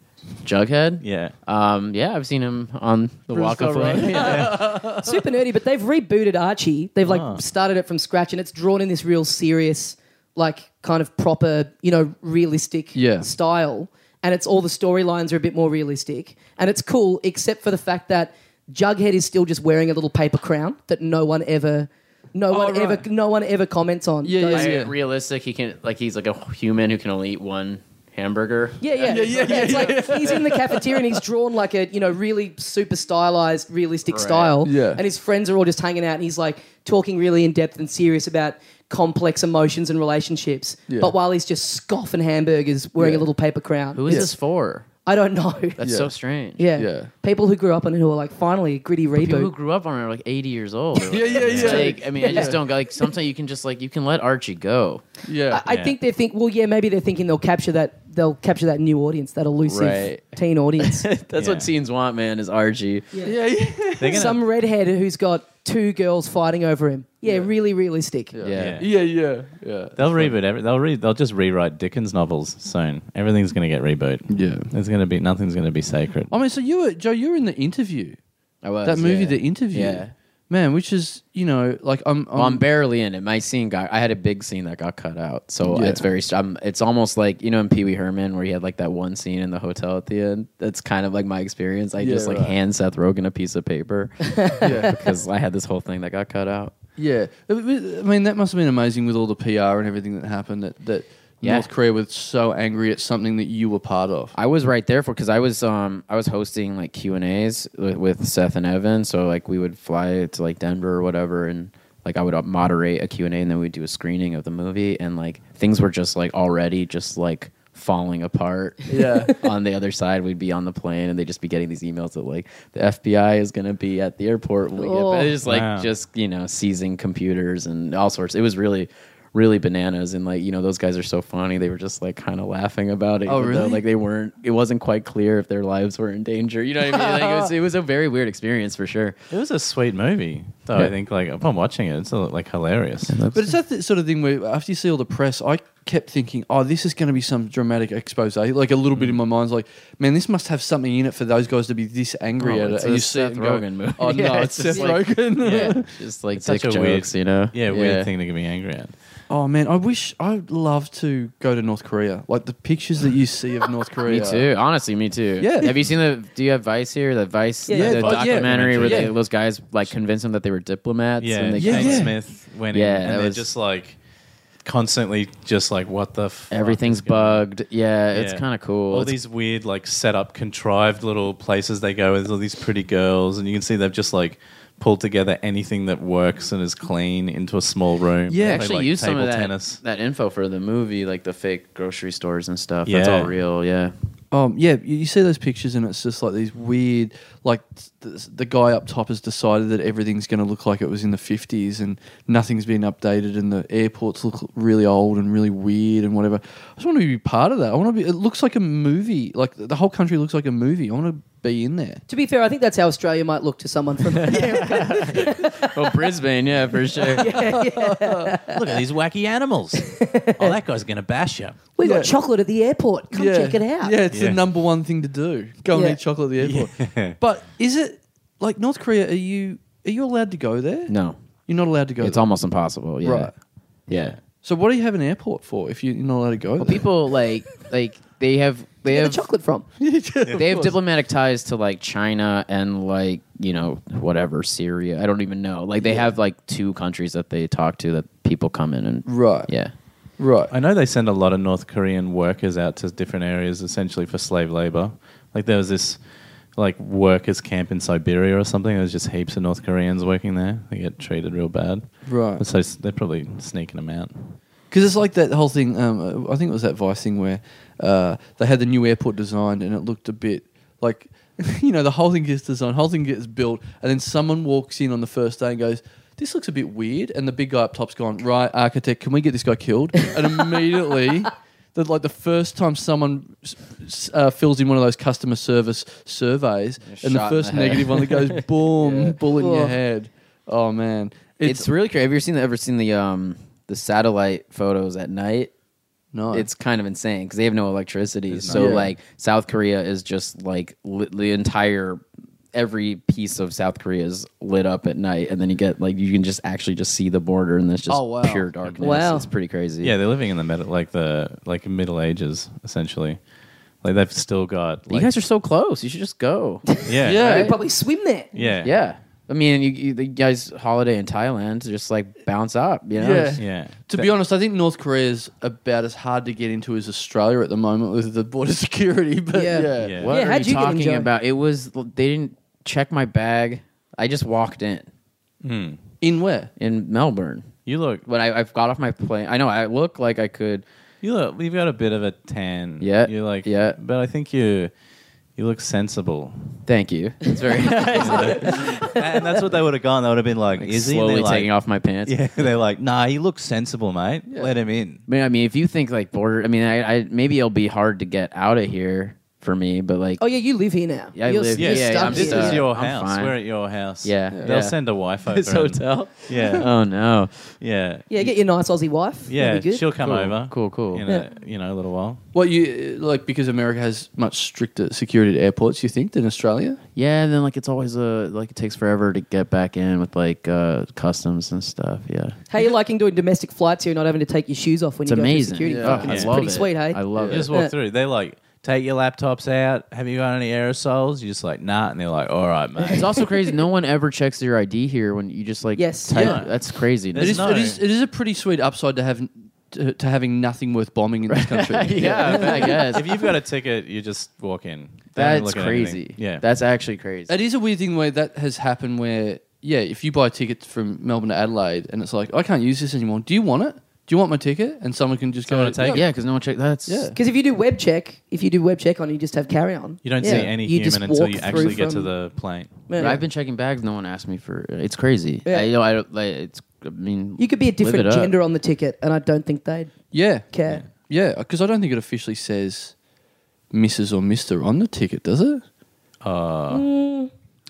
Jughead. Yeah. Um, yeah, I've seen him on the Walk of Riverdale Road. Fame. Super nerdy, but they've rebooted Archie. They've like Ah. started it from scratch and it's drawn in this real serious, like kind of proper, you know, realistic Yeah. style. And it's all the storylines are a bit more realistic. And it's cool, except for the fact that Jughead is still just wearing a little paper crown that no one ever no one Oh, right. ever no one ever comments on. Yeah, Goes- Like, yeah. Realistic. He can like he's like a human who can only eat one hamburger. Yeah, yeah, Yeah, yeah, yeah, It's like he's in the cafeteria and he's drawn like a you know really super stylized, realistic Right. style. Yeah. and his friends are all just hanging out, and he's like talking really in depth and serious about complex emotions and relationships. Yeah. But while he's just scoffing hamburgers, wearing Yeah. a little paper crown. Who is Yes. this for? I don't know. That's Yeah. so strange. yeah. Yeah. people who grew up on it who are like finally a gritty People who reboot. grew up on it are like 80 years old. Yeah, yeah, It's yeah. Like, I mean, I just don't like. Sometimes you can just like you can let Archie go. Yeah, I, I Yeah. think they think well, yeah, maybe they're thinking they'll capture that they'll capture that new audience, that elusive Right. teen audience. That's Yeah. what teens want, man. Is Archie? yeah, yeah. They're gonna- Some redhead who's got two girls fighting over him. Yeah, really realistic. Yeah. yeah, yeah, yeah. They'll reboot every. They'll re. They'll just rewrite Dickens novels soon. Everything's going to get reboot. Yeah. There's going to be nothing's going to be sacred. I mean, so you were Joe. You were in the interview. I was that movie, yeah. the interview. Yeah. man, which is you know like I'm. I'm, Well, I'm barely in it. My scene got. I had a big scene that got cut out, so Yeah. it's very. st- I'm, it's almost like you know in Pee Wee Herman where he had like that one scene in the hotel at the end. That's kind of like my experience. I Yeah, just like right. hand Seth Rogen a piece of paper yeah. because I had this whole thing that got cut out. Yeah, I mean that must have been amazing with all the PR and everything that happened. That that Yeah. North Korea was so angry at something that you were part of. I was right there for because I was um I was hosting like Q and A's with, with Seth and Evan, so like we would fly to like Denver or whatever, and like I would uh, moderate a Q and A, and then we'd do a screening of the movie, and like things were just like already just like falling apart. Yeah. on the other side, we'd be on the plane, and they'd just be getting these emails that like the FBI is gonna be at the airport when we Oh. get back. It was like Wow. just you know seizing computers and all sorts. It was really. Really bananas and like you know those guys are so funny. They were just like kind of laughing about it. Oh, even though, really? Like they weren't it wasn't quite clear if their lives were in danger you know what i mean like it, was, it was a very weird experience for sure It was a sweet movie, though. I think like upon watching it, it's uh, like hilarious. But it's that th- sort of thing where after you see all the press, I kept thinking, oh, this is going to be some dramatic expose. Like a little bit in my mind's like, man, this must have something in it for those guys to be this angry Oh, at it. it's And a you see it Seth and go, Rogen movie. Oh no, Yeah, it's, it's just Seth like- Rogan. yeah just like It's dick such a weird- jokes you know Yeah, weird thing to be angry at. Oh man, I wish I'd love to go to North Korea. Like the pictures that you see of North me Korea. too honestly me too Yeah. have you seen the do you have vice here the vice Yeah, the Vice. documentary Yeah. where they, Yeah. those guys like convinced them that they were diplomats Yeah, and they Yeah, Kevin yeah. Smith went Yeah, in, that and they're was- just like constantly just like, what the fuck everything's is going on? bugged yeah, it's Yeah. kind of cool All It's- these weird, like, set up, contrived little places they go with all these pretty girls, and you can see they've just like pulled together anything that works and is clean into a small room. Yeah. They I play, actually like, used some table of that, tennis. that info for the movie like the fake grocery stores and stuff that's Yeah. all real yeah Um, yeah, you you see those pictures, and it's just like these weird, like the, the guy up top has decided that everything's going to look like it was in the fifties, and nothing's been updated, and the airports look really old and really weird and whatever. I just want to be part of that. I want to be. It looks like a movie. Like the whole country looks like a movie. I want to be in there. To be fair, I think that's how Australia might look to someone from well brisbane yeah for sure Look at these wacky animals. oh, that guy's gonna bash you. We Yeah. got chocolate at the airport. Come check it out. Yeah, it's Yeah. the number one thing to do. Go Yeah. and eat chocolate at the airport. Yeah. But is it like North Korea? Are you are you allowed to go there? no you're not allowed to go. it's there. almost impossible yeah Right. yeah So what do you have an airport for if you're not allowed to go? Well, there? people like like they have they Where have the chocolate from? Yeah, of they have course. diplomatic ties to like China and like you know, whatever Syria. I don't even know. Like they have like two countries that they talk to that people come in and Right. Yeah. Right. I know they send a lot of North Korean workers out to different areas essentially for slave labor. Like there was this like workers camp in Siberia or something. There was just heaps of North Koreans working there. They get treated real bad. Right. And so s- they're probably sneaking them out. Because it's like that whole thing. Um, I think it was that Vice thing where uh, they had the new airport designed, and it looked a bit like, you know, the whole thing gets designed, whole thing gets built, and then someone walks in on the first day and goes, "This looks a bit weird," and the big guy up top's gone, "Right, architect, can we get this guy killed?" And immediately. That like the first time someone s- s- uh, fills in one of those customer service surveys, and the shot in first the head. negative one that goes boom, bullet in Oh. your head. Oh man, It's, really crazy. Have you ever seen the ever seen the um the satellite photos at night? no, It's kind of insane because they have no electricity. There's So none. Yeah. like South Korea is just like lit, the entire every piece of South Korea is lit up at night, and then you get like you can just actually just see the border, and it's just Oh, wow. pure darkness. Wow. it's pretty crazy. Yeah, they're living in the mid- like the like Middle Ages essentially. Like they've still got. you Like, guys are so close. You should just go. Yeah. yeah, They Right. probably swim there. yeah, yeah. I mean, you, you, the guys' holiday in Thailand just like bounce up, you know? Yeah. yeah. To be honest, I think North Korea's about as hard to get into as Australia at the moment with the border security. But Yeah. yeah, Yeah. What Yeah, are how'd you, you get in, talking Joey? about? It was they didn't check my bag. I just walked in in where? in Melbourne. you look When I, I've got off my plane, I know I look like I could. You look, you've got a bit of a tan. Yeah, you're like, yeah. But I think you, you look sensible, Thank you. It's very like, and that's what they would have gone. They would have been like, "Is he?" And slowly they're like- taking off my pants. Yeah, they're like, "Nah, he looks sensible, mate. Let him in." I mean, I mean, if you think like border, I mean, I, I maybe it'll be hard to get out of here for me, but like, Oh yeah, you live here now. Yeah, I You're- live- you're yeah, yeah, stuck I'm this here. stuck. is your I'm house. fine. We're at your house. Yeah. they'll Yeah. send a wife over. this and- hotel. Yeah, Oh no. yeah, Yeah, get your nice Aussie wife. yeah. That'd be good. She'll come Cool, over. cool, cool. In a, you know, a little while. Well, you like because America has much stricter security at airports. You think than Australia? Yeah, and then like it's always uh like it takes forever to get back in with like uh customs and stuff. Yeah. How you liking doing domestic flights here, and not having to take your shoes off when It's you go through amazing. security? Yeah. Fucking I it's love pretty it. sweet, hey? I love You it. just walk Yeah. through. They like take your laptops out. Have you got any aerosols? You're just like, "Nah," and they're like, "All right, It's mate." also crazy. No one ever checks your ID here when you just like Yes. type. Yeah. That's crazy. It There's is, no- it is. It is a pretty sweet upside to have to, to having nothing worth bombing in this country. yeah, I guess if you've got a ticket, you just walk in. They don't that's look at anything. crazy. Yeah, that's actually crazy. It is a weird thing where that has happened where, yeah, if you buy tickets from Melbourne to Adelaide and it's like, I can't use this anymore. Do you want it? Do you want my ticket? And someone can just Someone go, to take it. yeah, because no one checked. That's Yeah. Because if you do web check, if you do web check on, you just have carry on. You don't Yeah. see any You just human until walk you through actually get to from- the plane. Yeah. I've been checking bags. No one asked me for. It's crazy. Yeah. I, you know, I don't. Like, it's. I mean, You could be a live it different up. gender on the ticket, and I don't think they'd Yeah. care. Yeah, because I don't think it officially says Mrs. or Mister on the ticket, does it? I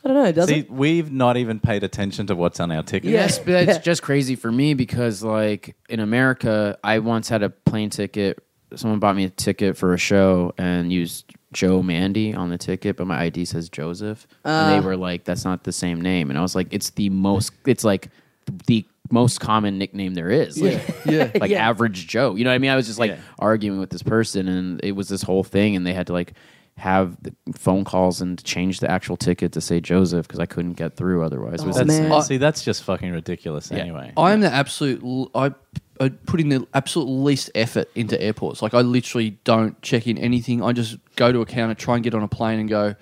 don't know. Does See, it? we've not even paid attention to what's on our ticket. Yeah. Yes, but that's Yeah. just crazy for me because, like, in America, I once had a plane ticket. Someone bought me a ticket for a show and used Joe Mandy on the ticket, but my ID says Joseph. and they were like, that's not the same name. And I was like, it's the most, it's like the most common nickname there is. Like, Yeah. like Yeah. average Joe. You know what I mean? I was just like Yeah. arguing with this person, and it was this whole thing, and they had to like have the phone calls and change the actual ticket to say Joseph because I couldn't get through otherwise. It was Oh, That's, man. uh, see, that's just fucking ridiculous. Yeah. Anyway, I am the absolute. l- I, I put in the absolute least effort into airports. Like I literally don't check in anything. I just go to a counter, try and get on a plane, and go.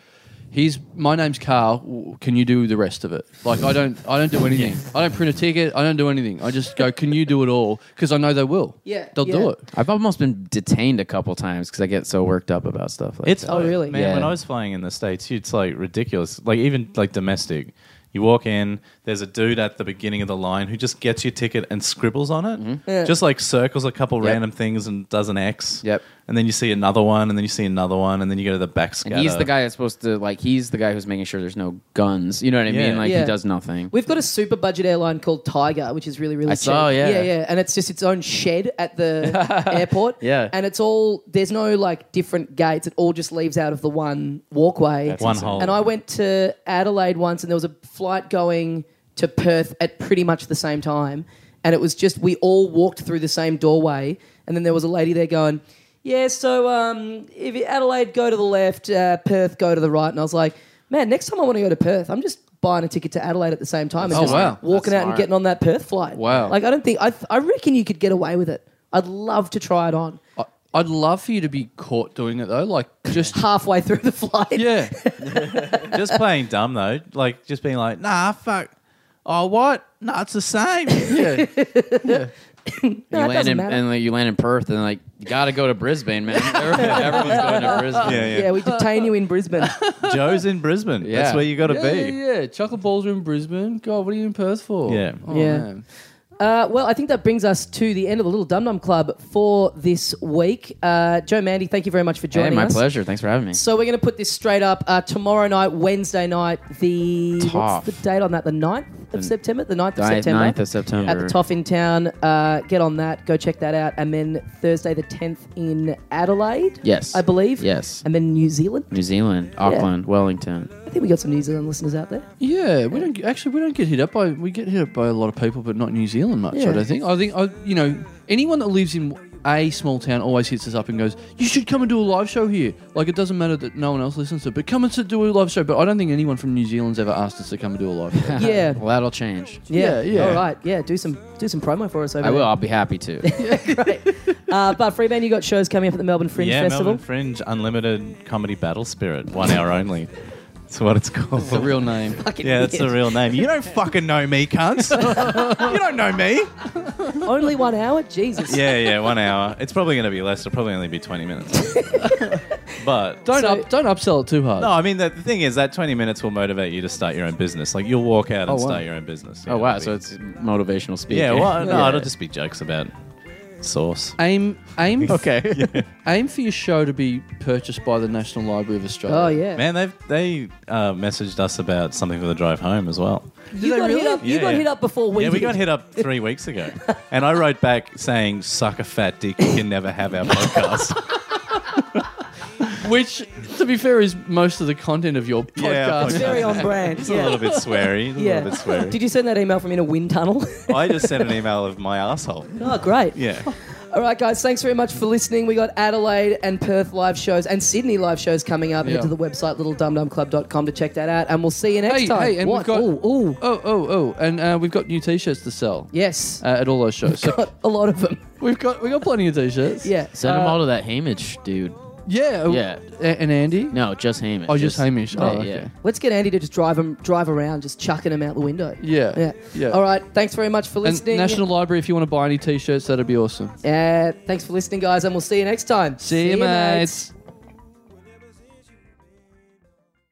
Here's my name's Carl. W- Can you do the rest of it? Like I don't. I don't do anything. I don't print a ticket. I don't do anything. I just go. Can you do it all? Because I know they will. Yeah, they'll yeah. do it. I've almost been detained a couple times because I get so worked up about stuff like it's that. Oh, really? man. Yeah. When I was flying in the states, it's like ridiculous. Like even like domestic, you walk in, there's a dude at the beginning of the line who just gets your ticket and scribbles on it, Yeah. just like circles a couple Mm-hmm. Yep. random things and does an X. Yep. And then you see another one, and then you see another one, and then you go to the back And scatter. he's the guy that's supposed to like. He's the guy who's making sure there's no guns. You know what I Yeah. mean? Like Yeah. he does nothing. We've got a super budget airline called Tiger, which is really, really I cheap. saw, yeah. yeah, yeah, and it's just its own shed at the airport. Yeah. and it's all there's no like different gates. It all just leaves out of the one walkway. That's One insane. hole. And I went to Adelaide once, and there was a flight going to Perth at pretty much the same time, and it was just we all walked through the same doorway, and then there was a lady there going. Yeah, so um, if you- Adelaide go to the left, uh, Perth go to the right, and I was like, man, next time I want to go to Perth, I'm just buying a ticket to Adelaide at the same time and Oh, just wow. walking That's out and smart. getting on that Perth flight. Wow. Like I don't think I th- I reckon you could get away with it. I'd love to try it on I, I'd love for you to be caught doing it though. Like just halfway through the flight. yeah. just playing dumb though, like just being like, nah, fuck. Oh, what? Nah, it's the same. yeah. No, you it land doesn't in matter. and like, you land in Perth, and like you gotta go to Brisbane, man. Everyone- Everyone's going to Brisbane. yeah. we detain you in Brisbane. Joe's in Brisbane. That's Yeah. where you got to yeah, be. yeah, yeah. Chocolate balls are in Brisbane. God, what are you in Perth for? Yeah. Oh, Yeah. man. Uh, well, I think that brings us to the end of the Little Dum Dum Club for this week. Uh, Joe Mandy, thank you very much for Hey, joining my us. pleasure. Thanks for having me. So we're going to put this straight up uh, tomorrow night, Wednesday night, the Toff. what's the date on that? The 9th of September? The 9th of Ninth September. 9th of September. At the Toff in town. Uh, get on that. Go check that out. And then Thursday the 10th in Adelaide. Yes. I believe. Yes. And then New Zealand. New Zealand, Auckland, Wellington. I think we got some New Zealand listeners out there. Yeah, we don't actually we don't get hit up by we get hit up by a lot of people, but not New Zealand much. Yeah. I don't think. I think I, you know anyone that lives in a small town always hits us up and goes, "You should come and do a live show here." Like it doesn't matter that no one else listens to, it, but come and sit- do a live show. But I don't think anyone from New Zealand's ever asked us to come and do a live show. Uh-huh. Yeah. Well, that'll change. Yeah, Yeah, yeah. All right, yeah. Do some do some promo for us over I will. there. I'll be happy to. Uh, but Freeman, you got shows coming up at the Melbourne Fringe yeah, Festival. Melbourne Fringe Unlimited Comedy Battle Spirit, one hour only. That's what it's called. The real name. Fucking yeah, that's the weird. real name. You don't fucking know me, cunts. you don't know me. Only one hour, Jesus. Yeah, yeah, one hour. It's probably going to be less. It'll probably only be 20 minutes. but. Don't So- up, don't upsell it too hard. No, I mean, the, the thing is that 20 minutes will motivate you to start your own business. Like, you'll walk out and Oh, wow. start your own business. Oh wow! it'll So be- it's motivational speaking. Yeah, well, no, Yeah. it'll just be jokes about sauce. Aim aim okay. aim for your show to be purchased by the National Library of Australia. Oh yeah. Man, they've they uh, messaged us about something for the drive home as well. you got hit up. you Yeah, got yeah. hit up before we. yeah, we did. got hit up three weeks ago, and I wrote back saying, "Suck a fat dick, you can never have our podcast." Which, to be fair, is most of the content of your Yeah, our podcast. podcast. Very on brand. It's yeah. a little bit sweary. It's yeah. a little bit sweary. Did you send that email from in a wind tunnel? I just sent an email of my asshole. oh, great. Yeah, All right, guys. Thanks very much for listening. We got Adelaide and Perth live shows and Sydney live shows coming up. Yeah. Head to the website littledumdumclub.com to check that out, and we'll see you next Hey, time. hey, and we've What? got- Ooh, ooh. Oh, oh, oh, and uh, we've got new T-shirts to sell Yes. uh, at all those shows. So got a lot of them. we've got we got plenty of T-shirts. Yeah. Uh, Send Uh, them all to that Hamish dude. yeah, uh, Yeah. a- and Andy. No, just Hamish. Oh, just Hamish. Oh, Yeah, okay. yeah. Let's get Andy to just drive him, drive around, just chucking them out the window. Yeah, Yeah. yeah. All right. Thanks very much for And listening. National Library, if you want to buy any T-shirts, that'd be awesome. Uh, thanks for listening, guys, and we'll see you next time. See, you, mates.